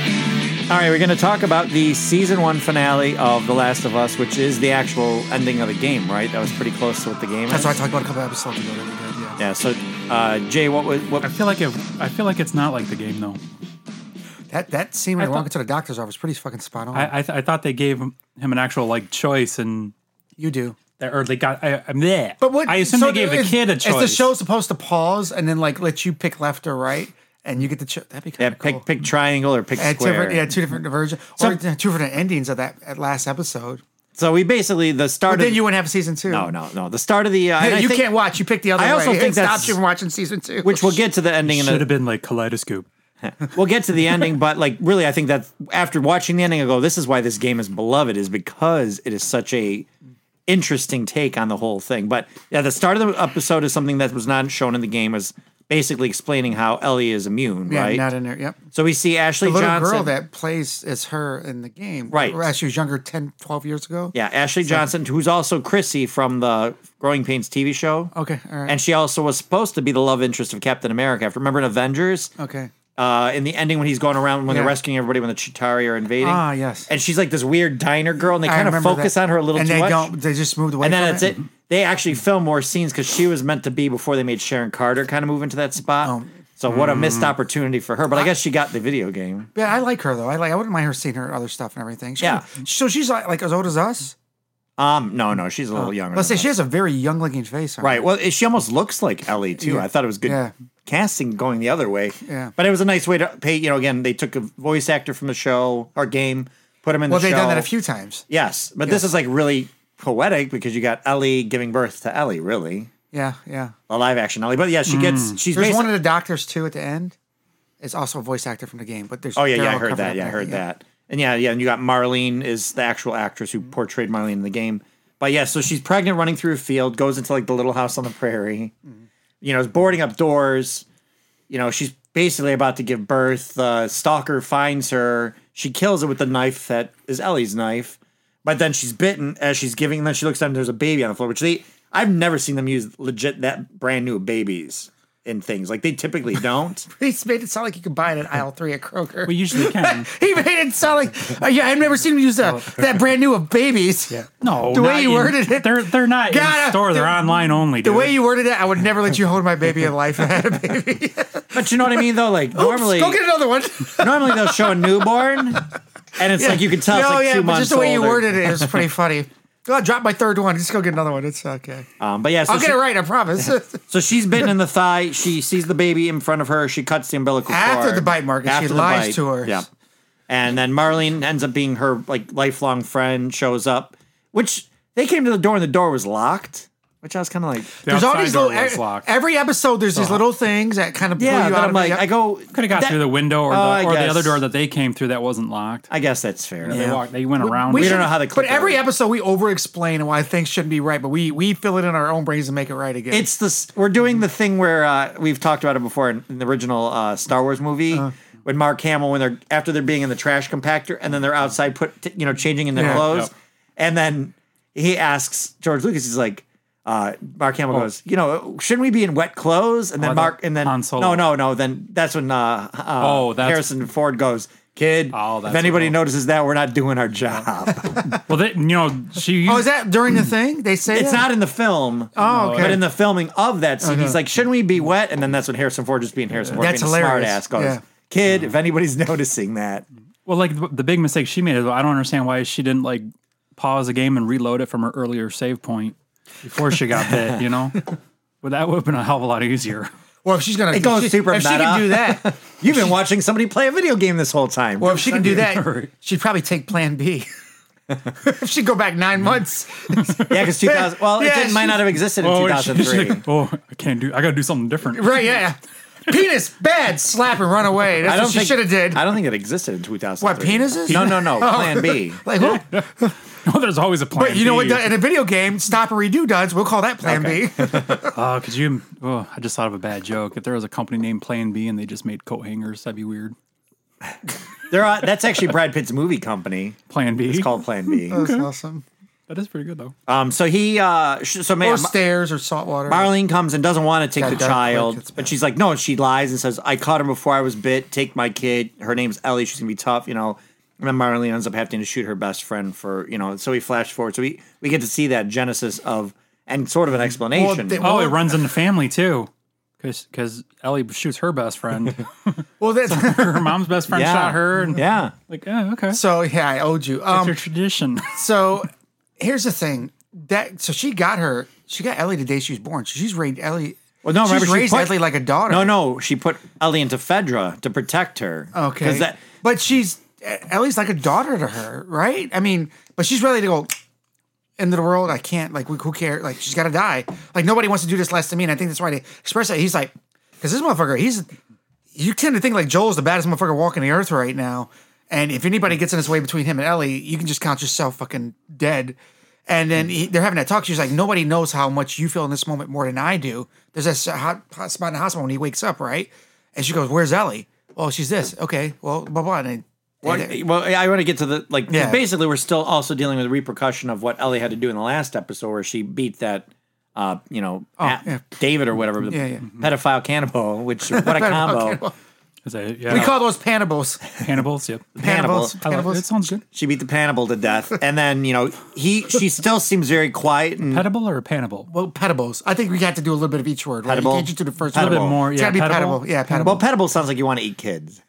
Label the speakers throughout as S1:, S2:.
S1: right, we're going to talk about the season one finale of The Last of Us, which is the actual ending of the game, right? That was pretty close to what the game
S2: That's
S1: is.
S2: what I talked about a couple episodes ago. That we did, yeah.
S1: Yeah. So, uh, Jay, what was what?
S3: I feel like it. I feel like it's not like the game though.
S2: That that scene when
S3: I
S2: I
S3: thought-
S2: walked into the doctor's office pretty fucking spot on.
S3: I I, th- I thought they gave him him an actual like choice and
S2: you do.
S3: or they got. I, I'm there.
S2: But what?
S3: I assume
S2: so
S3: they gave the
S2: is-
S3: kid a
S2: is
S3: choice.
S2: the show supposed to pause and then like let you pick left or right, and you get to cho- that'd be
S1: Yeah,
S2: kind of
S1: pick
S2: cool.
S1: pick triangle or pick
S2: At
S1: square.
S2: different, yeah, two different versions or two different endings of that at last episode.
S1: So we basically the start.
S2: But then
S1: of,
S2: you wouldn't have season two.
S1: no, no, no. The start of the. Uh, and
S2: Hey,
S1: I
S2: you
S1: think-
S2: can't watch. You pick the other
S1: I also
S2: way.
S1: think
S2: it stops
S1: that's-
S2: you from watching season two.
S1: Which we'll get to the ending in
S3: should
S1: a,
S3: have been like kaleidoscope.
S1: we'll get to the ending, but like really, I think that after watching the ending, I go, this is why this game is beloved, is because it is such a interesting take on the whole thing. But yeah, the start of the episode is something that was not shown in the game, is basically explaining how Ellie is immune,
S2: yeah,
S1: right?
S2: not in there. Yep.
S1: so we see Ashley
S2: The little
S1: Johnson.
S2: girl that plays as her in the game.
S1: Right.
S2: Or as she was younger, 10, 12 years ago.
S1: yeah, Ashley Johnson, who's also Chrissy from the Growing Pains TV show.
S2: Okay. All right.
S1: And she also was supposed to be the love interest of Captain America. If you remember in Avengers,
S2: okay.
S1: uh, in the ending when he's going around when they're
S2: Yeah.
S1: rescuing everybody when the Chitari are invading.
S2: Ah, yes.
S1: And she's like this weird diner girl, and they
S2: I
S1: kind of
S2: remember
S1: focus
S2: that.
S1: on her a little
S2: and
S1: too
S2: they
S1: much.
S2: Don't, they just moved away.
S1: and then
S2: from
S1: that's it. They actually film more scenes because she was meant to be before they made Sharon Carter kind of move into that spot.
S2: Oh.
S1: so what a missed opportunity for her. But I guess she got the video game.
S2: Yeah, I like her though. I like. I wouldn't mind her seeing her other stuff and everything. She-
S1: Yeah.
S2: So she's like, like as old as us.
S1: Um, no, no, she's a little younger.
S2: Let's say
S1: than
S2: Oh. she
S1: us.
S2: has a very young looking face. on her.
S1: Right. Well, it- she almost looks like Ellie too.
S2: Yeah.
S1: I thought it was good
S2: Yeah.
S1: casting going the other way.
S2: Yeah.
S1: But it was a nice way to pay. You know, again, they took a voice actor from the show or game, put him in
S2: Well,
S1: the
S2: they've
S1: show.
S2: done that a few times.
S1: Yes, but this is like really poetic because you got Ellie giving birth to Ellie, really
S2: Yeah, yeah.
S1: a live action Ellie. But yeah, she gets she's
S2: Mm. There's
S1: basi-
S2: one of the doctors too at the end. Is also a voice actor from the game, but there's
S1: oh yeah
S2: they're
S1: yeah I
S2: all
S1: heard
S2: covered
S1: that
S2: up
S1: yeah I
S2: now,
S1: heard that and yeah yeah and you got Marlene is the actual actress who portrayed Marlene in the game. But yeah, so she's pregnant, running through a field, goes into like the little house on the prairie.
S2: Mm-hmm.
S1: You know, is boarding up doors. You know, she's basically about to give birth. The stalker finds her. She kills it with the knife that is Ellie's knife. But then she's bitten as she's giving. And then she looks down. And there's a baby on the floor, which they I've never seen them use legit that brand new babies in things like they typically don't.
S2: He's made it sound like you could buy it at aisle three at Kroger.
S3: We usually can.
S2: he made it sound like uh, yeah. I've never seen him use that that brand new of babies. Yeah.
S3: No,
S2: The way
S3: not
S2: you
S3: in-
S2: worded it.
S3: They're they're not
S2: God,
S3: in store. They're
S2: the-
S3: online only.
S2: The
S3: dude.
S2: way you worded it, I would never let you hold my baby in life. I had a baby.
S1: But you know what I mean though. Like normally,
S2: Go get another one.
S1: normally they'll show a newborn, and it's like you can tell it's
S2: No,
S1: like
S2: yeah,
S1: two
S2: but
S1: months
S2: just the way
S1: old
S2: you
S1: or-
S2: worded it, it was pretty funny. Oh, I dropped my third one. Just go get another one. It's okay.
S1: Um, but yeah, so
S2: I'll
S1: she,
S2: get it right. I promise.
S1: So she's bitten in the thigh. She sees the baby in front of her. She cuts the umbilical
S2: After
S1: cord.
S2: the bite mark, and she
S1: the
S2: lies to her.
S1: Yeah. And then Marlene ends up being her like lifelong friend. Shows up, which they came to the door and the door was locked. Which I was kind of like,
S3: The
S2: there's all
S3: outside
S2: these
S3: door
S2: little.
S3: was
S2: e-
S3: locked.
S2: Every episode, there's these little things that kind of
S1: yeah.
S2: pull
S1: But
S2: you out
S1: I'm
S2: of
S1: like,
S2: it.
S1: I go
S3: could have got
S1: that-
S3: through the window or,
S1: Oh, I
S3: the, or the
S1: guess.
S3: other door that they came through that wasn't locked.
S1: I guess that's fair.
S3: They walked. They went around.
S1: we
S3: it.
S1: don't know how they
S2: But
S1: clip it.
S2: every episode, we over-explain why things shouldn't be right, but we we fill it in our own brains and make it right again.
S1: It's this. We're doing the thing where uh, we've talked about it before in, in the original uh, Star Wars movie.
S3: Uh-huh.
S1: when Mark Hamill, when they're after they're being in the trash compactor, and then they're outside, put t- you know, changing in their
S2: Yeah.
S1: clothes,
S3: Yep.
S1: and then he asks George Lucas, he's like, uh, Mark Hamill
S3: Oh.
S1: goes, you know, shouldn't we be in wet clothes? And then
S3: I thought
S1: Mark, and then
S3: Oh, Han Solo.
S1: no, no, no. Then that's when uh, uh,
S3: Oh, that's-
S1: Harrison Ford goes, kid.
S3: Oh,
S1: if
S3: that's
S1: anybody
S3: cool.
S1: notices that, we're not doing our job.
S3: Well, they, you know, she.
S2: oh, is that during the thing they say
S1: It's
S2: that?
S1: not in the film.
S2: Oh, okay.
S1: But in the filming of that scene,
S2: Okay.
S1: he's like, shouldn't we be wet? And then that's when Harrison Ford just being Harrison Ford
S2: Uh-huh. That's
S1: being a smart
S2: hilarious.
S1: ass goes,
S2: Yeah.
S1: kid, if anybody's noticing that.
S3: Well, like the, the big mistake she made is I don't understand why she didn't like pause the game and reload it from her earlier save point before she got bit. You know, well, that would have been a hell of a lot easier.
S2: Well, if she's gonna,
S1: It goes
S2: if she,
S1: super
S2: If she
S1: meta.
S2: can do that,
S1: You've been watching somebody play a video game this whole time.
S2: well, if she can do that,
S3: Right.
S2: she'd probably take Plan B. if she'd go back
S1: Mm-hmm.
S2: nine months,
S1: yeah, because 2000, well,
S2: Yeah,
S1: it didn't, might
S2: she-
S1: not have existed in
S3: Oh, and she- she's
S1: 2003.
S3: like, oh, I can't do. I got to do something different.
S2: right? Yeah, penis bad, slap and run away. That's
S1: I don't
S2: what she
S1: think
S2: should have did.
S1: I don't think it existed in 2003.
S2: What, penises? Oh.
S1: No, no, no. Plan B.
S2: Like, well,
S3: No, there's always a plan.
S2: but you know what?
S3: B.
S2: In a video game, stop and redo duds. We'll call that Plan B.
S3: Oh, could you? Oh, I just thought of a bad joke. If there was a company named Plan B and they just made coat hangers, that'd be weird.
S1: There are, that's actually Brad Pitt's movie company.
S3: Plan B.
S1: It's called Plan B.
S2: That's awesome.
S3: that is pretty good though.
S2: Uh-huh.
S1: Um, so he, uh, sh- so
S2: Or
S1: man,
S2: stairs or saltwater.
S1: Marlene comes and doesn't want to take
S2: Yeah,
S1: the
S2: dark
S1: child,
S2: blankets, man.
S1: but she's like, no, she lies and says, I caught her before I was bit. Take my kid. Her name's Ellie. She's going to be tough, you know. And then Marlene ends up having to shoot her best friend for you know. So we flash forward. So we we get to see that genesis of and sort of an explanation.
S2: they-
S3: Oh,
S2: Well-
S3: it runs in the family too, because Ellie shoots her best friend.
S2: Well, that's
S3: her mom's best friend
S1: Yeah.
S3: shot her, and
S1: yeah,
S3: like, oh, okay, it's
S2: so. Yeah, I owed you. Um,
S3: your tradition.
S2: so here's the thing that so she got her. She got Ellie the day she was born. So she's raised Ellie.
S1: Well, no,
S2: she's
S1: remember, she
S2: raised
S1: put-
S2: Ellie like a daughter.
S1: no, no. She put Ellie into Fedra to protect her.
S2: Okay.
S1: because that
S2: but she's Ellie's like a daughter to her, right? I mean, but she's ready to go into the world. I can't. Like, who cares? Like, she's got to die. Like, nobody wants to do this less to me. And I think that's why they express that. He's like, because this motherfucker, he's you tend to think like Joel's the baddest motherfucker walking the earth right now. And if anybody gets in his way between him and Ellie, you can just count yourself fucking dead. And then he, they're having that talk. She's like, nobody knows how much you feel in this moment more than I do. There's this hot, hot spot in the hospital when he wakes up, right? And she goes, "Where's Ellie? Well, she's this. Okay. Well, blah blah." And then-
S1: Well, well, I want to get to the like. 'cause
S2: Yeah.
S1: Basically, we're still also dealing with the repercussion of what Ellie had to do in the last episode, where she beat that, uh, you know, at-
S2: Oh, yeah.
S1: David or whatever, the Mm-hmm.
S2: Yeah, yeah.
S1: pedophile cannibal. Which what a combo!
S3: Is that, yeah,
S2: we call those panables.
S3: cannibals. Yep,
S1: Cannibals.
S3: I like,
S2: Cannibals.
S3: it sounds good.
S1: She beat the cannibal to death, and then you know he she still seems very quiet and
S3: Petable or a panable?
S2: Well, pedables. I think we got to do a little bit of each word. Right?
S1: Pedable.
S2: You can't just do the first
S1: A little
S2: word.
S1: bit
S3: more,
S2: It's
S3: yeah,
S2: gotta be
S3: pedable.
S2: pedable. Yeah, pedable.
S1: well, pedophile sounds like you want to eat kids,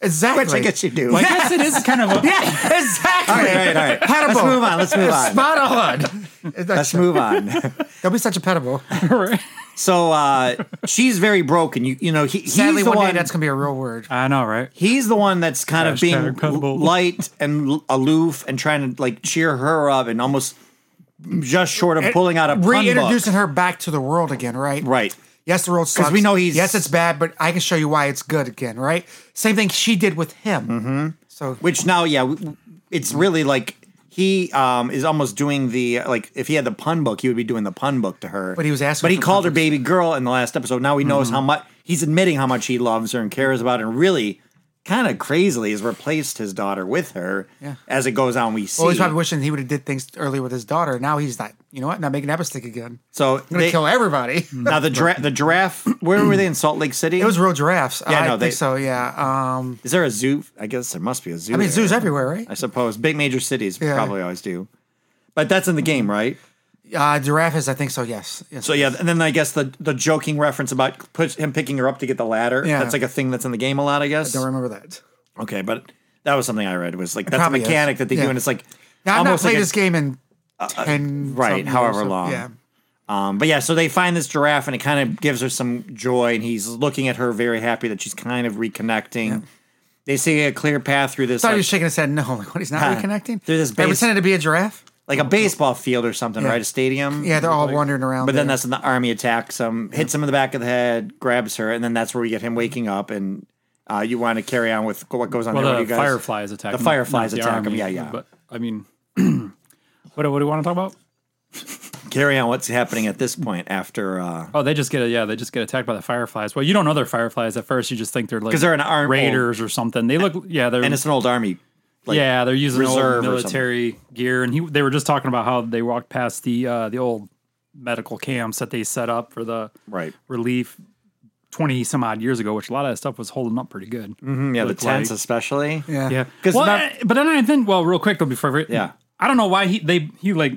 S2: exactly.
S1: which I guess you do.
S3: I guess it is kind of. A,
S2: Yeah, exactly.
S1: all right, all right.
S2: Pedable.
S1: Let's move on. Let's move on.
S2: Spot on.
S1: Let's move on.
S2: Don't be such a pedable.
S3: Right.
S1: So uh, she's very broken. You you know he, he's
S2: Sadly,
S1: the
S2: one, day
S1: one
S2: that's gonna be a real word.
S3: I know, right?
S1: he's the one that's kind of
S3: Hashtag
S1: being
S3: cuddable.
S1: light and l- aloof and trying to like cheer her up and almost just short of pulling out a pun
S2: reintroducing
S1: book.
S2: her back to the world again, right?
S1: Right.
S2: Yes, the world sucks.
S1: we know he's-
S2: yes, it's bad, but I can show you why it's good again, right? Same thing she did with him. Mm-hmm. So
S1: Which now, yeah, w- it's really like he um, is almost doing the like if he had the pun book, he would be doing the pun book to her.
S2: But he was asking
S1: But he
S2: for
S1: called her
S2: pun books.
S1: baby girl in the last episode. Now he knows how much he's admitting how much he loves her and cares about her, and really. Kind of crazily has replaced his daughter with her
S2: Yeah.
S1: as it goes on. We see
S2: well, he's probably wishing he would have did things earlier with his daughter. Now he's like, you know what? Not making that mistake again.
S1: so
S2: I'm gonna
S1: they,
S2: kill everybody.
S1: now the giraffe. The giraffe. Where were they in Salt Lake City?
S2: it was real giraffes.
S1: Yeah,
S2: I
S1: no,
S2: think
S1: they-
S2: so. Yeah. Um,
S1: Is there a zoo? I guess there must be a zoo.
S2: I mean,
S1: there.
S2: zoos everywhere, right?
S1: I suppose big major cities
S2: Yeah.
S1: probably always do, but that's in the game, right?
S2: Uh, giraffes, I think so. Yes. yes.
S1: So yeah, and then I guess the the joking reference about push, him picking her up to get the ladder.
S2: Yeah.
S1: that's like a thing that's in the game a lot, I guess.
S2: don't remember that.
S1: okay, but that was something I read was like that's a
S2: probably is.
S1: mechanic that they do,
S2: Yeah.
S1: and it's like
S2: Now, I've not
S1: almost
S2: played
S1: like a- Uh,
S2: this game in ten
S1: right,
S2: something years,
S1: however
S2: so-
S1: long.
S2: Yeah.
S1: Um, but yeah, so they find this giraffe, and it kind of gives her some joy, and he's looking at her very happy that she's kind of reconnecting. They see a clear path through this.
S2: thought
S1: like-
S2: he was shaking his head. No, like what? He's not reconnecting.
S1: They're this
S2: They
S1: base-
S2: pretended to be a giraffe.
S1: like a baseball field or something, right? A stadium.
S2: Yeah, they're all wandering around.
S1: But then
S2: there.
S1: that's when the army attacks him, hits him in the back of the head, grabs her, and then that's where we get him waking up. And uh, you want to carry on with what goes on
S3: Well,
S1: there?
S3: the
S1: what do you guys?
S3: fireflies attack.
S1: The
S3: him,
S1: fireflies
S3: not the
S1: attack him,
S3: army,
S1: yeah, yeah.
S3: But I mean, what, what do you want to talk about?
S1: Carry on. What's happening at this point after? uh, Because
S3: Oh, they just get yeah, they just get attacked by the fireflies. Well, you don't know they're fireflies at first. You just think they're like
S1: 'Cause they're an arm-
S3: raiders or something. They look yeah, they're
S1: and it's an old army. Like,
S3: yeah, they're using
S1: reserve
S3: old
S1: or
S3: military gear. And he they were just talking about how they walked past the uh, the old medical camps that they set up for the
S1: Right.
S3: relief twenty some odd years ago, which a lot of that stuff was holding up pretty good. Mm-hmm,
S1: Yeah, the
S3: Looked
S1: tents
S3: like-
S1: especially.
S2: yeah.
S3: yeah,
S1: 'Cause
S3: well,
S1: not-
S3: I- but then I think well, real quick though before
S1: Yeah.
S3: I don't know why he they he like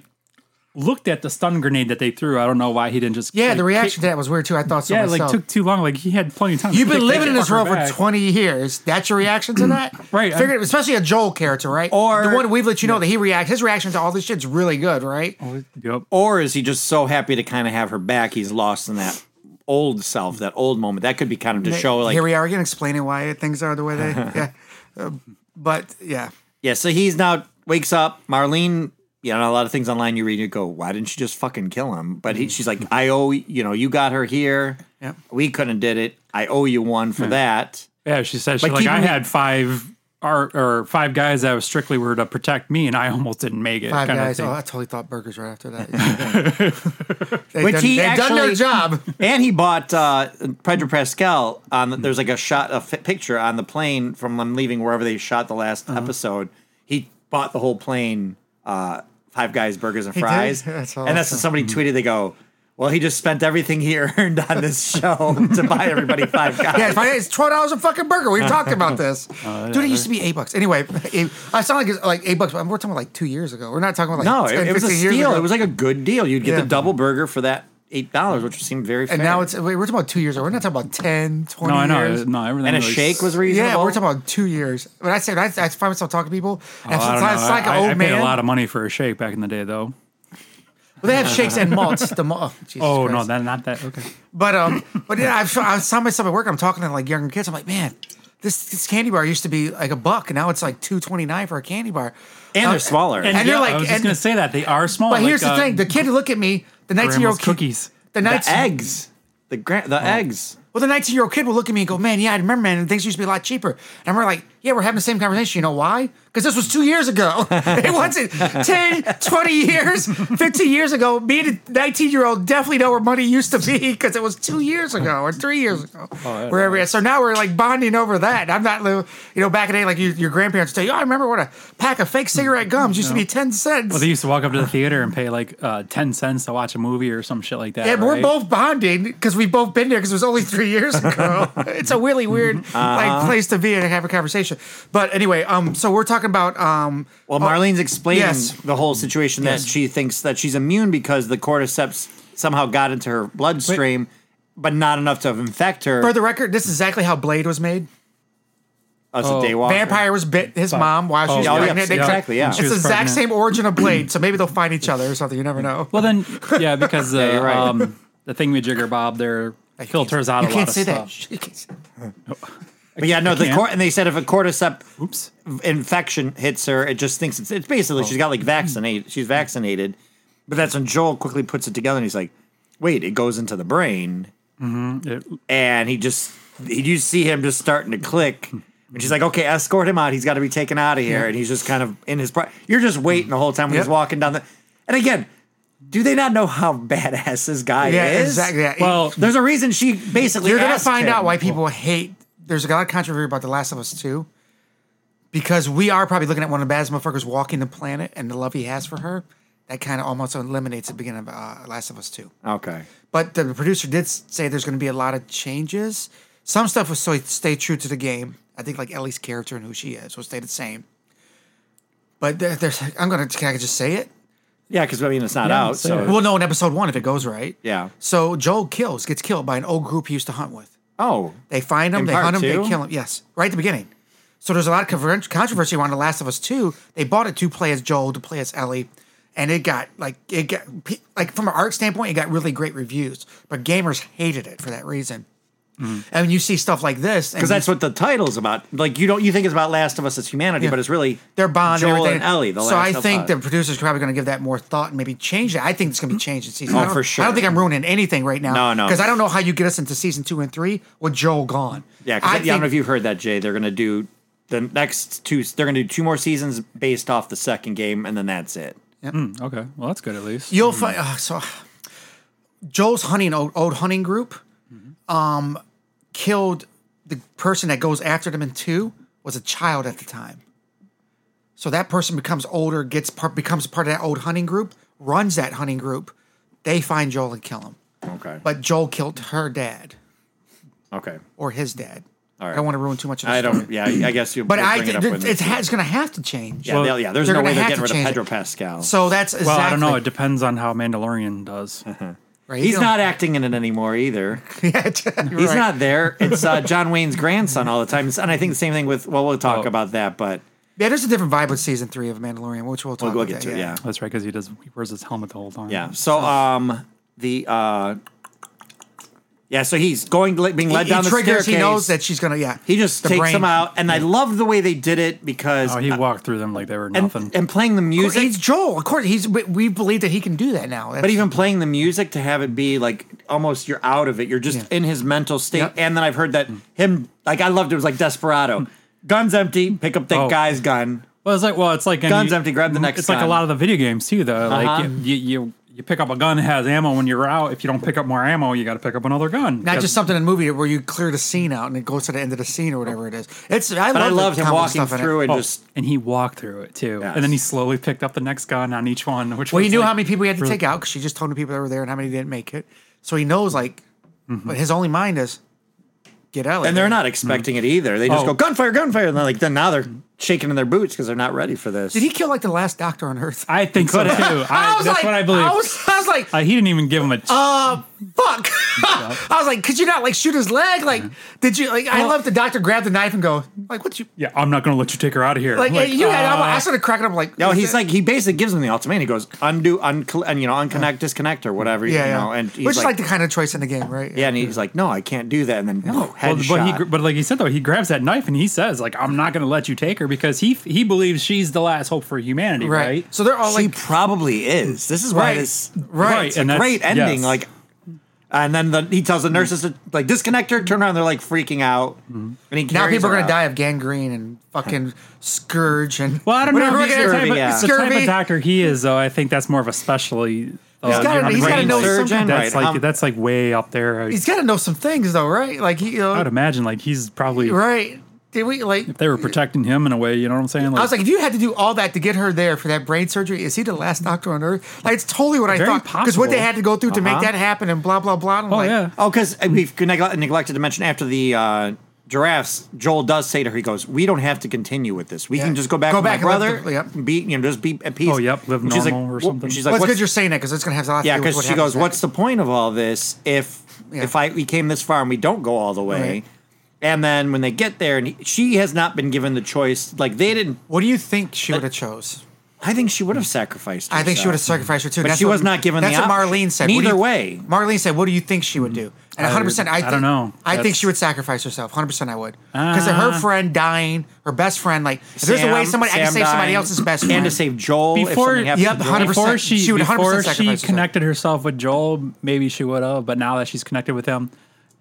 S3: looked at the stun grenade that they threw. I don't know why he didn't just
S2: Yeah,
S3: like,
S2: the reaction to that was weird too. I thought so
S3: Yeah,
S2: myself.
S3: like took too long. Like he had plenty of time.
S2: You've
S3: to
S2: been
S3: kick
S2: living in
S3: that
S2: this
S3: fucker
S2: world for
S3: back.
S2: 20 years. That's your reaction to that?
S3: Right,
S2: Figure,
S3: I'm-
S2: especially a Joel character, right?
S1: Or-
S2: the one we've let you know that he reacts. His reaction to all this shit's really good, right?
S3: Yep.
S1: Or is he just so happy to kind of have her back? He's lost in that old self, that old moment. That could be kind of to show like
S2: Here we are again explaining why things are the way they Yeah. Uh, but yeah.
S1: Yeah, so he's now wakes up. Marlene, you know, a lot of things online you read, you go, why didn't you just fucking kill him? But he, she's like, I owe you know, you got her here.
S2: Mm-hmm. Yep.
S1: We couldn't did it. I owe you one for that.
S3: Yeah, she said she
S1: But
S3: like
S1: keep
S3: I
S1: in-
S3: had five or, or five guys that was strictly were to protect me, and I almost didn't make it.
S2: Five
S3: kinda
S2: guys.
S3: thing.
S2: Oh, I totally thought burgers right after that. Yeah. they've
S1: Which
S2: done,
S1: he
S2: they've done their
S1: actually-
S2: job.
S1: And he bought uh, Pedro Pascal on. The, there's like a shot, a f- picture on the plane from them leaving wherever they shot the last
S2: Uh-huh.
S1: episode. He bought the whole plane, uh, Five Guys burgers and fries.
S2: That's
S1: And that's
S2: awesome. Mm-hmm.
S1: somebody tweeted. They go, Well, he just spent everything he earned on this show to buy everybody five guys.
S2: Yeah, it's, probably- it's twelve dollars a fucking burger. We've talked
S3: Oh,
S2: about this, dude. It used to be eight bucks. Anyway, it- I sound like it's like eight bucks, but we're talking about like two years ago. We're not talking about like
S1: No,
S2: 10,
S1: it, it was a
S2: 15 years
S1: steal.
S2: ago.
S1: It was like a good deal. You'd get
S2: Yeah.
S1: the double burger for that eight dollars, which seemed very. fair.
S2: and now it's wait, we're talking about two years. ago. We're not talking about 10, 20
S3: No, I know.
S2: years.
S3: No, everything.
S1: and a
S3: was-
S1: shake was reasonable.
S2: Yeah, we're talking about two years. But I said I, I find myself talking to people, and
S3: Oh, I don't know.
S2: sometimes it's like an
S3: I- I-
S2: old
S3: I paid
S2: man.
S3: a lot of money for a shake back in the day, though.
S2: Well, they have shakes and malts. The malt. Oh, Jesus
S3: Oh
S2: Christ.
S3: no, that not that. Okay.
S2: But um, but yeah, I've, I saw myself at work. I'm talking to like younger kids. I'm like, man, this this candy bar used to be like a buck, and now it's like two twenty nine for a candy bar.
S1: And
S2: Uh,
S1: they're smaller.
S2: And you're like,
S3: I was
S2: and-
S3: just gonna say that they are small.
S2: But
S3: like,
S2: here's the
S3: uh,
S2: thing: the kid look at me, the nineteen year
S3: grandma's
S2: old
S3: cookies.
S2: The
S1: the
S2: 19,
S1: eggs. The gra- the eggs.
S2: Well, the 19 year old kid will look at me and go, Man, yeah, I remember, man, things used to be a lot cheaper. And I'm like, Yeah, we're having the same conversation. You know why? Because this was two years ago. it wasn't 10, 20 years, 15 years ago. Me and a 19 year old definitely know where money used to be because it was two years ago or three years ago.
S3: Oh,
S2: wherever. So now we're like bonding over that. I'm not, li- you know, back in the day, like your, your grandparents tell you, oh, I remember what a pack of fake cigarette gums used to be 10 cents.
S3: Well, they used to walk up to the theater and pay like uh, ten cents to watch a movie or some shit like that.
S2: Yeah, but we're
S3: right?
S2: both bonding because we've both been there because it was only three years ago. it's a really weird
S3: Uh-huh.
S2: like place to be and have a conversation. But anyway, um, so we're talking about um,
S1: Well, Marlene's explaining
S2: yes.
S1: the whole situation that she thinks that she's immune because the cordyceps somehow got into her bloodstream, but not enough to infect her.
S2: for the record, this is exactly how Blade was made.
S1: as a daywalker.
S2: Vampire was bit his mom while she was
S3: Oh,
S1: yeah,
S2: pregnant.
S1: yeah,
S2: They-
S1: exactly, yeah.
S2: It's
S1: She
S2: the
S3: was
S2: exact
S3: pregnant.
S2: same origin of Blade, so maybe they'll find each other or something. You never know.
S3: Well, then, yeah, because the
S1: you're right.
S3: um, the thing we jigger Bob there filters out a
S2: You
S3: lot
S2: can't
S3: of
S2: say that.
S3: stuff.
S2: You can't say-
S1: But yeah, no, the
S3: can't.
S1: cor- and they said if a cordyceps
S3: Oops.
S1: infection hits her, it just thinks it's, it's basically she's got
S2: Oh.
S1: like vaccinated. She's vaccinated, but that's when Joel quickly puts it together and he's like, "Wait, it goes into the brain,"
S3: It-
S1: and he just he- you see him just starting to click. And she's like, "Okay, escort him out. He's got to be taken out of here." And he's just kind of in his. Pri- You're just waiting the whole time when he's
S2: Yep.
S1: walking down the. And again, do they not know how badass this guy
S2: Yeah,
S1: is?
S2: exactly. Yeah.
S3: well,
S1: There's a reason she basically.
S2: You're gonna
S1: asked
S2: find
S1: him.
S2: out why people hate. There's a lot of controversy about The Last of Us too, because we are probably looking at one of the baddest motherfuckers walking the planet and the love he has for her. That kind of almost eliminates the beginning of uh, Last of Us two.
S1: Okay.
S2: But the producer did s- say there's going to be a lot of changes. Some stuff will so stay true to the game. I think like Ellie's character and who she is will stay the same. But there- there's, I'm gonna can I just say it?
S1: Yeah, because I mean it's not
S3: Yeah,
S1: out.
S3: say
S1: So
S3: it.
S2: We'll know in episode one if it goes right.
S1: Yeah.
S2: So Joel kills, gets killed by an old group he used to hunt with.
S1: Oh,
S2: They find him,
S1: In
S2: they
S1: part
S2: hunt him,
S1: two?
S2: they kill him. Yes, right at the beginning. So there's a lot of conver- controversy around The Last of Us 2. They bought it to play as Joel, to play as Ellie, and it got like it got pe- like from an art standpoint, it got really great reviews, but gamers hated it for that reason. And when you see stuff like this,
S1: because Mm. that's what the title's about. Like you don't you think it's about Last of Us, it's humanity, but it's really
S2: their bond,
S1: Joel
S2: and everything.
S1: and Ellie. The Last
S2: so I
S1: of
S2: think
S1: Us.
S2: the producers are probably going to give that more thought and maybe change it. I think it's going to be changed in season.
S1: Oh,
S2: I don't-
S1: for
S2: I
S1: sure.
S2: don't think I'm ruining anything right now.
S1: No, no.
S2: because I don't know how you get us into season two and three with Joel gone.
S1: yeah, 'cause I, yeah, I don't
S2: think-
S1: know if you've heard that Jay. They're gonna do the next two. They're gonna do two more seasons based off the second game, and then that's it.
S3: okay, well that's good at least.
S1: Mm-hmm.
S2: You'll find uh, so Joel's hunting old, old hunting group
S1: Mm-hmm.
S2: um killed the person that goes after them in two was a child at the time. So that person becomes older, gets part becomes part of that old hunting group, runs that hunting group. They find Joel and kill him.
S1: Okay.
S2: But Joel killed her dad
S1: okay.
S2: or his dad. I
S1: right.
S2: don't want to ruin too much of the
S1: I
S2: story.
S1: don't. Yeah, I guess you.
S2: But
S1: we'll
S2: I
S1: bring it up
S2: think
S1: when-
S2: it's, ha- it's going to have to change.
S1: yeah, they'll- yeah. There's
S2: they're
S1: no way
S2: gonna
S1: they're
S2: have
S1: getting
S2: to
S1: rid of
S2: change it.
S1: Pedro Pascal.
S2: So that's exactly
S3: Well, I don't know. It depends on how Mandalorian does.
S1: Uh-huh.
S2: right?
S1: he's
S2: You
S1: not
S2: don't-
S1: acting in it anymore either.
S2: yeah,
S1: He's not there. It's uh, John Wayne's grandson all the time, It's- and I think the same thing with. Well, we'll talk
S3: Oh.
S1: about that, but
S2: Yeah, there's a different vibe with season three of Mandalorian, which we'll talk
S1: we'll
S2: about
S1: get
S2: that,
S1: to it. Yeah.
S3: That's right, because he does. He wears his helmet the whole time.
S2: Mm-hmm.
S1: Yeah. So um the uh yeah, so he's going being led
S2: He,
S1: down the
S2: he triggers.
S1: staircase.
S2: He knows that she's gonna. Yeah.
S1: he just
S2: the
S1: takes
S2: brain.
S1: them out, and I love the way they did it because
S3: Oh, he walked through them like they were nothing.
S1: and, and playing the
S2: Well,
S1: music,
S2: He's Joel. Of course, he's. We, we believe that he can do that now.
S1: but even playing the music to have it be like almost you're out of it. You're just
S2: Yeah.
S1: in his mental state.
S2: Yep. Mm.
S1: And then I've heard that him like I loved it, it was like Desperado. Gun's empty, pick up that
S3: Oh.
S1: guy's gun.
S3: well, it's like well, it's like any-
S1: Guns empty, grab the next
S3: It's like a
S1: gun.
S3: lot of the video games too, though.
S1: Uh-huh.
S3: Like you, you you you pick up a gun that has ammo when you're out. If you don't pick up more ammo, you got to pick up another gun.
S2: Not just something in a movie where you clear the scene out and it goes to the end of the scene or whatever it is. It's I
S1: But I
S2: love
S1: loved
S2: the
S1: him
S2: comic
S1: walking
S2: stuff in
S1: through
S2: It.
S1: and
S3: Oh,
S1: just
S3: and he walked through it too,
S1: Yes.
S3: and then he slowly picked up the next gun on each one. Which
S2: Well,
S3: was
S2: he knew
S3: like-
S2: how many people he had to take out because she just told him people that were there and how many didn't make it. So he knows like, but his only mind is get Ellie.
S1: Mm-hmm. and they're not expecting it either. They just go
S3: Oh.
S1: gunfire, gunfire, and then like then now they're shaking in their boots because they're not ready for this.
S2: Did he kill like the last doctor on Earth?
S3: I think so too.
S1: could've.
S3: I, that's what I believe.
S2: was, I was like, uh,
S3: Uh, he didn't even give him a.
S2: fuck. I was like, could you not like shoot his leg? Like, did you like? I love the doctor grab the knife and go like, what you
S3: yeah, I'm not going to let you take her out of here.
S2: like? you had.
S3: uh,
S2: I started cracking up like.
S1: No,
S2: is
S1: he's
S2: it-
S1: like he basically gives him the ultimatum. He goes undo, uncle, and you know, unconnect, disconnect, or whatever.
S2: Uh, yeah,
S1: you
S2: yeah.
S1: know, and he's
S2: Which is
S1: like,
S2: like the kind of choice in the game, right?
S1: yeah, and he's like, no, I can't do that. And then no,
S3: well,
S1: headshot.
S3: but he, gr- but like he said though, he grabs that knife and he says like, "I'm not going to let you take her because he f- he believes she's the last hope for humanity." Right.
S2: right. So they're all
S1: she
S2: oh, like,
S1: probably is. This is why
S2: Right.
S1: this
S2: right,
S3: Right, and
S1: a
S3: that's-
S1: great ending.
S3: yes.
S1: Like, and then the, he tells the nurses to like disconnect her, turn around. They're like freaking out. And he
S2: Mm-hmm. now
S1: carries
S2: people are
S1: her
S2: gonna
S1: out.
S2: die of gangrene and fucking scourge and
S3: well, I don't
S2: whatever
S3: know.
S2: we're
S3: if he's
S2: gonna
S3: the, type
S2: type
S3: of,
S1: yeah.
S2: of-
S3: it's the type
S2: scurvy.
S3: of doctor he is, though. I think that's more of a specially.
S2: He's
S3: uh,
S2: gotta-
S3: you know,
S2: he's gotta
S3: brain
S2: know some
S3: surgeon.
S1: kind-
S3: That's
S1: right,
S3: like
S1: um,
S3: that's like way up there. I,
S2: He's got to know some things though, right? Like he, you know,
S3: I would imagine like he's probably
S2: right? Did we like?
S3: they were protecting him in a way. You know what I'm saying? Like,
S2: I was like, if you had to do all that to get her there for that brain surgery, is he the last doctor on earth? Like, it's totally what I
S3: Very
S2: thought. Because what they
S3: possible.
S2: had to go through to make
S1: Uh-huh.
S2: that happen and blah, blah, blah. and I'm
S3: oh
S2: like,
S3: yeah.
S1: Oh, because we've neg- neglected to mention after the uh, giraffes, Joel does say to her, he goes, "We don't have to continue with this. We
S2: Yeah.
S1: can just go back
S2: Go
S1: with
S2: back
S1: my
S2: and live
S1: brother.
S2: the- yep.
S1: Be you know, just be at peace.
S3: Oh, yep, live
S1: And she's like,
S3: normal or
S1: "Wh-"
S3: something.
S1: She's
S2: Well,
S1: like,
S2: it's
S1: "What's
S2: good you're saying that because it's going to have a lot to
S1: Yeah,
S2: do with
S1: because
S2: what
S1: she goes,
S2: happens
S1: "What's the point of all this if
S2: Yeah.
S1: if I we came this far and we don't go all the way?"
S2: Right.
S1: And then when they get there, and he, she has not been given the choice. Like they didn't.
S2: next." What do you think she would have chose?
S1: I think she would have sacrificed.
S2: I think she
S1: herself.
S2: would have sacrificed her too.
S1: But
S2: That's
S1: she
S2: what-
S1: was not given the
S2: That's what
S1: option.
S2: Marlene said. What do
S1: Neither
S2: you-
S1: way. Mm-hmm.
S2: Marlene said, "What do you think she would do?" And 100. percent I,
S3: I
S2: think,
S3: don't know.
S2: I think
S3: That's-
S2: she would sacrifice herself. 100. percent I would because her
S3: Ah.
S2: friend dying, her best friend. Like, if there's a way
S1: Uh-huh. Sam-
S2: somebody I can
S1: Sam
S2: save somebody
S1: dying
S2: else's best friend
S1: and to save Joel. if
S3: Before-
S1: something happens
S2: yep,
S1: to Joel.
S2: 100%.
S3: before she,
S2: She would 100%
S3: before
S2: sacrifice
S3: she
S2: herself.
S3: connected herself with Joel, maybe she would have. But now that she's connected with him,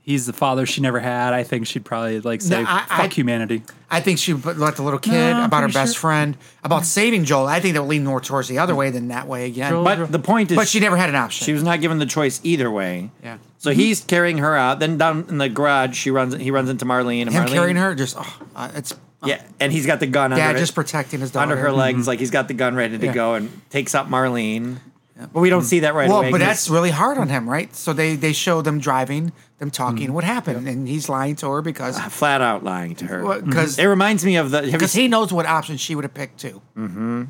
S3: he's the father she never had. I think she'd probably like say,
S2: I-
S3: "Fuck
S2: I-
S3: humanity."
S2: I think she would let the little kid
S3: I'm
S2: about her
S3: pretty
S2: best
S3: sure-
S2: friend about saving Joel. I think that would lean more towards the other way than that way again.
S3: Joel-
S2: but
S1: But the point is,
S2: but she never had an option.
S1: She was not given the choice either way.
S2: Yeah. Mm-hmm.
S1: So he's carrying her out. Then down in the garage, she runs. He runs into Marlene. And
S2: him
S1: Marlene,
S2: carrying her just oh, uh, it's
S1: Yeah, and he's got the gun
S2: dad
S1: under
S2: just
S1: it-
S2: protecting his daughter
S1: under her legs, like he's got the gun ready to
S2: Yeah. Mm.
S1: go, and takes up Marlene. But we don't see that right
S2: Well,
S1: away.
S2: but
S1: 'cause-
S2: that's really hard on him, right? So they they show them driving, them talking,
S1: Mm.
S2: what happened, and he's lying to her because
S1: flat out lying to her.
S2: Well, 'cause-
S1: it reminds me of the. Have you
S2: because
S1: seen,
S2: he knows what option she would have picked too.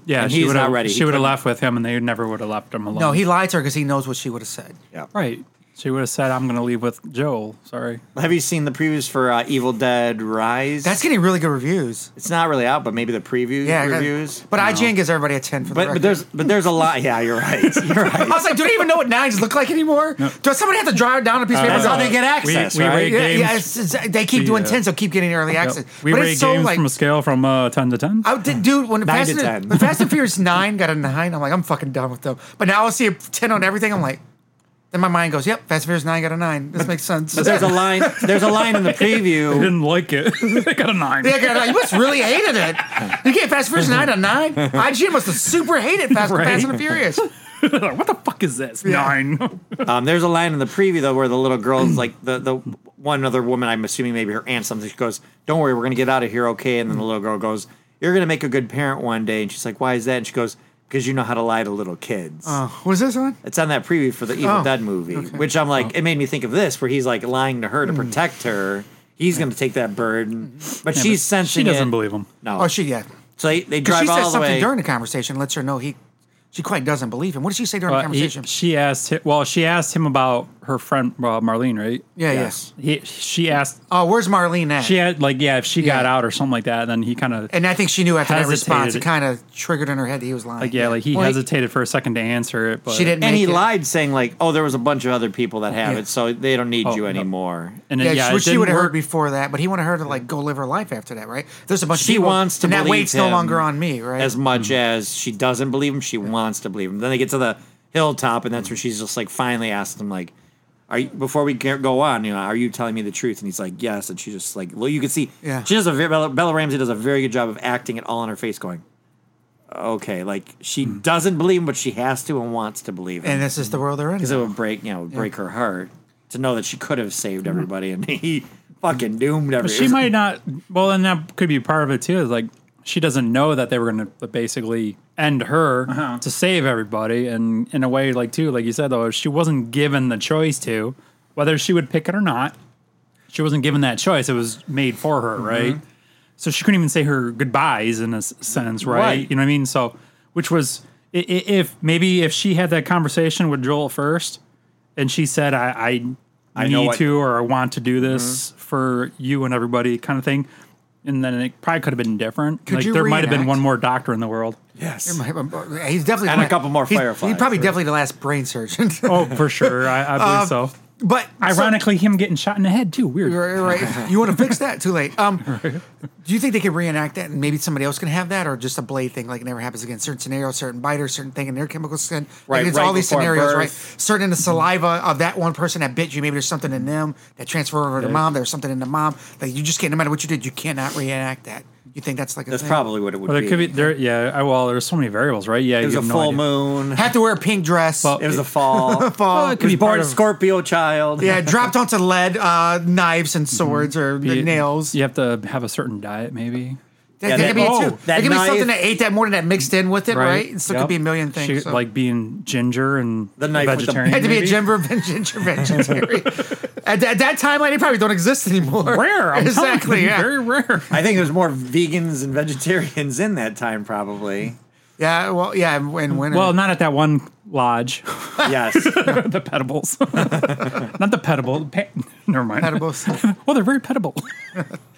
S3: Yeah,
S1: And
S3: she
S1: he's
S3: would
S1: not
S3: have.
S1: ready. He
S3: She would have
S1: couldn't-
S3: left with him, and they never would have left him alone.
S1: Mm.
S2: No, he lied to her because he knows what she would have said.
S1: yeah.
S3: right. She would have said, "I'm going to leave with Joel." Sorry.
S1: Have you seen the previews for uh, Evil Dead Rise?
S2: That's getting really good reviews.
S1: it's not really out, but maybe the preview
S2: Yeah, I got-
S1: reviews.
S2: But
S1: No.
S2: IGN gives everybody a ten for the
S1: But, but
S2: record.
S1: there's but there's a lot. Yeah, you're right. You're right.
S2: I was like, do they even know what nines look like anymore? Does somebody have to drive down a piece of paper?
S1: That's
S2: and
S1: how
S2: go,
S1: they get access,
S3: Uh, We, we
S1: right?
S3: rate
S2: Yeah,
S3: games.
S2: yeah it's, it's, they keep
S3: the,
S2: doing
S3: uh,
S2: 10, so keep getting early access.
S3: Yep. We
S2: but
S3: rate
S2: it's so
S3: games
S2: like,
S3: from a scale from uh, ten to ten.
S2: I did, dude, when
S1: Nine
S2: Fast,
S1: to
S2: and,
S1: 10.
S2: when Fast and Furious 9 got a 9, I'm like, I'm fucking done with them. But now I'll see a 10 on everything. I'm like, then my mind goes, yep, Fast and Furious 9 got a 9. This makes sense.
S1: But there's a line. There's a line in the
S3: I
S1: preview.
S3: didn't like it. I got a nine.
S2: They got a nine. you must really hated it. You gave Fast and Furious 9 a 9? IGN must have super hated Fast,
S3: Right.
S2: Fast and the Furious.
S3: what the fuck is this?
S2: Yeah.
S3: Nine.
S1: Um, there's a line in the preview though where the little girl's like the the one other woman. I'm assuming maybe her aunt something. She goes, "Don't worry, we're gonna get out of here, okay?" And then the little girl goes, "You're gonna make a good parent one day." And she's like, "Why is that?" And she goes, "Because you know how to lie to little kids."
S3: Uh,
S2: Oh, was this on?
S1: It's on that preview for the Evil
S2: Oh,
S1: Dead movie, which I'm like, it made me think of this, where he's like lying to her
S2: Hmm.
S1: to protect her. He's going to take that burden, but
S3: Yeah, but
S1: she's sensing
S3: She doesn't
S1: it.
S3: believe him.
S1: No,
S2: Oh, she, yeah.
S1: so they, they
S2: Because
S1: drive
S2: she
S1: all
S2: says
S1: the
S2: something
S1: way.
S2: during the conversation, lets her know he, she quite doesn't believe him. What did she say
S1: Uh,
S2: during the
S3: But he,
S2: conversation?
S3: she asked. Him, well, she asked him about her friend uh, Marlene, right?
S2: yeah,
S1: Yes.
S2: yes.
S3: He, she asked.
S2: Oh, where's Marlene at?
S3: She had like yeah, if she got
S2: Yeah.
S3: out or something like that, then he kind of
S2: And I think she knew after that
S3: Hesitated.
S2: response, it kind of triggered in her head that he was lying.
S3: like yeah, like he
S1: Well, he-
S3: hesitated for a second to answer it, but
S2: she didn't.
S1: and he
S2: make it.
S1: lied, saying like, "Oh, there was a bunch of other people that have
S2: Yeah.
S1: it, so they don't need
S3: Oh,
S1: you
S3: no.
S1: anymore."
S3: And
S2: Yeah,
S3: yeah, yeah
S2: which
S3: it
S2: she
S3: didn't
S2: would have
S3: work.
S2: heard before that, but he wanted her to like go live her life after that, right? There's a bunch.
S1: She
S2: of people,
S1: wants to
S2: and that
S1: believe
S2: weight's no
S1: him
S2: longer on me, right? Hmm.
S1: as much as she doesn't believe him, she wants to believe him. Then they get to the hilltop, and that's where she's just like finally asked him, like, "Are you, before we ca- go on, you know, are you telling me the truth?" And he's like, "Yes." And she just like, well, you can see,
S2: Yeah.
S1: she does a very, Bella, Bella Ramsey does a very good job of acting it all in her face, going, okay, like she doesn't believe him, but she has to and wants to believe him
S2: Hmm. and this is the world they're in.
S1: because it would break, you know, it would break her heart to know that she could have saved
S2: Hmm.
S1: everybody and he fucking doomed
S3: But she
S1: everybody.
S3: might not. Well, and that could be part of it too. Is like she doesn't know that they were going to basically end her to save everybody, and in a way, like too, like you said though, if she wasn't given the choice to whether she would pick it or not. She wasn't given that choice; it was made for her, right? So she couldn't even say her goodbyes in a s- sense, right?
S1: Right.
S3: You know what I mean? So, which was i- i- if maybe if she had that conversation with Joel first, and she said, "I, I,
S1: I Mm-hmm.
S3: need
S1: know what-
S3: to or I want to do this for you and everybody," kind of thing. And then it probably could have been different.
S2: Could
S3: like
S2: you
S3: there might have been
S2: reenact?
S3: one more doctor in the world.
S1: yes.
S2: He's definitely
S1: And a couple more
S2: he's-
S1: fireflies,
S2: He's probably
S1: right?
S2: definitely the last brain surgeon.
S3: Oh, for sure. I, I believe
S2: Um,
S3: so.
S2: but
S3: Ironically, him getting shot in the head too. Weird.
S2: so, right, right. you want to fix that? Too late. Um, do you think they could reenact that, and maybe somebody else can have that, or just a blade thing, like it never happens again? Certain scenario, certain biter, certain thing in their chemical skin.
S1: Right,
S2: like it's
S1: right
S2: all these
S1: before
S2: scenarios,
S1: birth. Mm-hmm.
S2: right? Certain in the saliva of that one person that bit you. Maybe there's something in them that transfer over to mom. There's something in the mom that you just can't. No matter what you did, you cannot reenact that. You think that's like a
S1: That's
S2: thing?
S1: probably what it would
S3: Well,
S1: be.
S3: there could be there. Yeah. I, well, there's so many variables, right? Yeah.
S1: it was a full moon.
S2: have to wear a pink dress.
S1: It was a fall.
S2: Fall.
S1: It was
S3: be part
S1: born a
S3: of-
S1: Scorpio child.
S2: Yeah, dropped onto lead, uh, knives
S1: Mm-hmm.
S2: and swords or
S3: You-
S2: nails.
S3: You have to have a certain diet, maybe.
S2: That,
S1: Yeah,
S2: that
S1: that-
S2: could be
S1: oh,
S2: it too.
S1: that
S2: That could be something
S1: knife.
S2: that ate that morning that mixed in with it, right? It still
S3: Yep.
S2: could be a million things.
S3: She-
S2: so.
S3: Like being ginger and
S1: The knife with the-
S3: vegetarian.
S2: had to be a
S3: maybe?
S2: gender ginger vegetarian. at, at that time, like, they probably don't exist anymore.
S3: Rare. I'm telling
S2: exactly.
S3: you,
S2: Yeah.
S3: Very rare.
S1: I think there's more vegans and vegetarians in that time, probably.
S2: yeah. Well. Yeah. And and winter.
S3: Well, not at that one lodge.
S1: Yes.
S3: the petables. Not the petable. Pe- Never mind.
S2: Edibles.
S3: Well, they're very petable.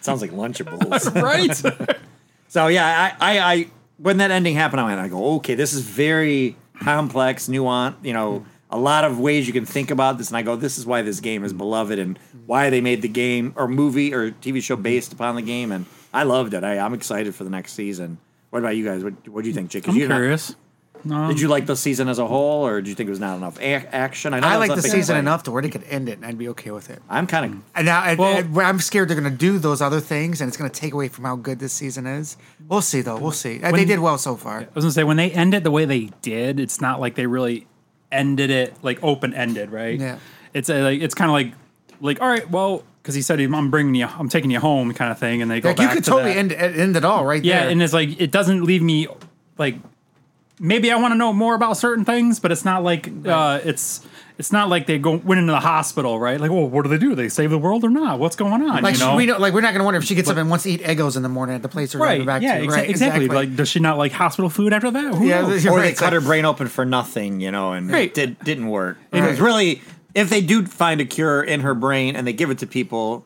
S1: Sounds like Lunchables.
S3: right?
S1: So yeah, I, I, I when that ending happened, I went, I go, okay, this is very complex, nuanced. You know, a lot of ways you can think about this, and I go, this is why this game is beloved and why they made the game or movie or TV show based upon the game. And I loved it. I, I'm excited for the next season. What about you guys? What What do you think, Jake? 'Cause
S3: I'm
S1: you not-
S3: curious.
S1: did you like the season as a whole, or do you think it was not enough a- action? know
S2: I
S1: that's
S2: like
S1: not
S2: the
S1: big
S2: season
S1: play.
S2: enough to where they could end it, and I'd be okay with it.
S1: I'm kind of
S2: And now and,
S3: Well-
S2: and I'm scared they're going to do those other things, and it's going to take away from how good this season is. We'll see, though. We'll see. Uh, they
S3: When-
S2: did well so far.
S3: I was gonna say when they end it the way they did, it's not like they really ended it like open ended, right?
S2: Yeah.
S3: It's a, like it's kind of like like all right, well, because he said he, I'm bringing you, I'm taking you home, kind of thing, and they go
S2: Like you
S3: back
S2: could
S3: to
S2: totally
S3: that.
S2: end end end it all right
S3: Yeah,
S2: there.
S3: and it's like it doesn't leave me like maybe I want to know more about certain things, but it's not like uh, it's it's not like they go went into the hospital, right? Like, well, what do they do? They save the world or not? What's going on?
S2: like
S3: you
S2: she-
S3: know?
S2: we know, like we're not gonna wonder if she gets up and wants to eat egos in the morning at the place we're
S3: right?
S2: driving back
S3: yeah,
S2: to.
S3: exa-
S2: right,
S3: exactly. Like, does she not like hospital food after that? Who
S2: yeah,
S3: knows?
S2: you're
S1: or
S2: right,
S1: they
S2: it's
S1: cut
S2: like-
S1: her brain open for nothing, you know, and
S3: Right.
S1: it did, didn't work. It
S2: Right.
S1: was really, if they do find a cure in her brain and they give it to people,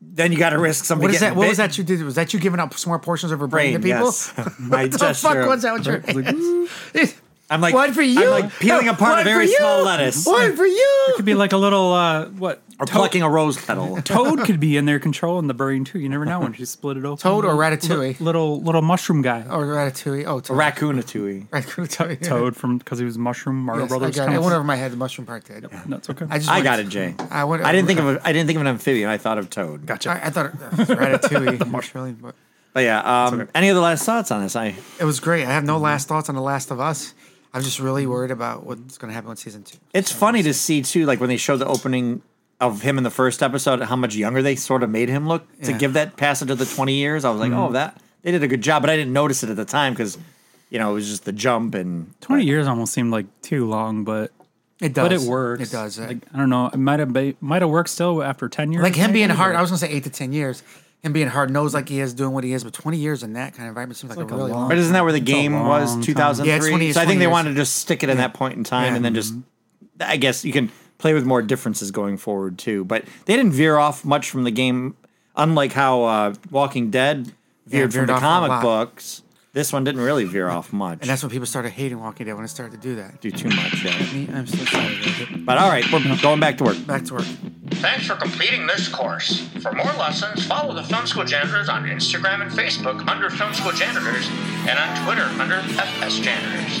S1: then you got to risk somebody.
S2: Mm-hmm. What is that?
S1: getting bit-
S2: What was that you did? Was that you giving up small portions of her brain,
S1: Brain,
S2: to people?
S1: yes. My
S2: what the
S1: gesture.
S2: fuck was that with your
S3: It's like,
S2: hands?
S3: it
S1: I'm like,
S2: One for
S1: I'm
S2: you.
S1: like peeling
S2: No,
S1: apart
S2: one
S1: a very
S2: for you.
S1: small lettuce
S3: Hmm.
S2: One for you.
S3: could be like a little uh, what
S1: or plucking a rose petal.
S3: toad could be in there controlling the brain too. You never know when she split it open.
S2: Toad or ratatouille.
S3: Li- little little mushroom guy.
S2: Oh, ratatouille. Oh, toad.
S1: Raccoon atui.
S2: ratatouille.
S3: Toad from because he was mushroom Mario
S2: Yes, I,
S3: Brothers.
S2: got it.
S3: kind
S2: I
S3: of-
S2: went over my head. The mushroom part did.
S3: That's okay.
S2: just
S1: I
S2: wanted
S1: got
S2: to-
S1: it, Jay.
S2: I went-
S1: I didn't think of a, I didn't think of an amphibian. I thought of toad.
S3: gotcha.
S2: I, I thought it was ratatouille. the mushroom. E. But
S1: But yeah, um, any other last thoughts on this? I
S2: it was great. I have
S3: Mm-hmm.
S2: no last thoughts on The Last of Us. I'm just really worried about what's going to happen with season two.
S1: It's funny to see too, like when they showed the opening of him in the first episode, how much younger they sort of made him look to
S2: Yeah. Mm-hmm.
S1: give that passage of the twenty years. I was like, oh, that they did a good job, but I didn't notice it at the time because you know it was just the jump and
S3: Twenty years almost seemed like too long, but
S2: It does.
S3: but it works.
S2: It does. eh?
S3: Like, I don't know. It might have be, might have worked still after ten years.
S2: like him being
S3: maybe,
S2: hard.
S3: but
S2: I was gonna say eight to ten years. Him being hard nosed like he is, doing what he is, but twenty years in that kind of environment seems like,
S3: like
S2: Oh, a
S3: a
S2: really
S3: long-
S2: long.
S1: But isn't that where the
S3: a
S1: game was
S3: long time.
S1: two thousand
S2: Yeah, it's
S1: three?
S2: 20
S1: so I think they
S2: 20 years.
S1: wanted to just stick it in that point in time
S2: Yeah. mm-hmm.
S1: and then just. I guess you can play with more differences going forward too, but they didn't veer off much from the game. Unlike how uh, Walking Dead veered
S2: veered
S1: from the
S2: off a
S1: comic
S2: lot.
S1: books, this one didn't really veer off much.
S2: And that's when people started hating Walking Dead when it started to do that.
S1: do too much. Yeah.
S2: Me, I'm so sorry. David.
S1: But all right, we're going back to work.
S2: Back to work.
S4: Thanks for completing this course. For more lessons, follow the Film School Janitors on Instagram and Facebook under Film School Janitors and on Twitter under FS Janitors.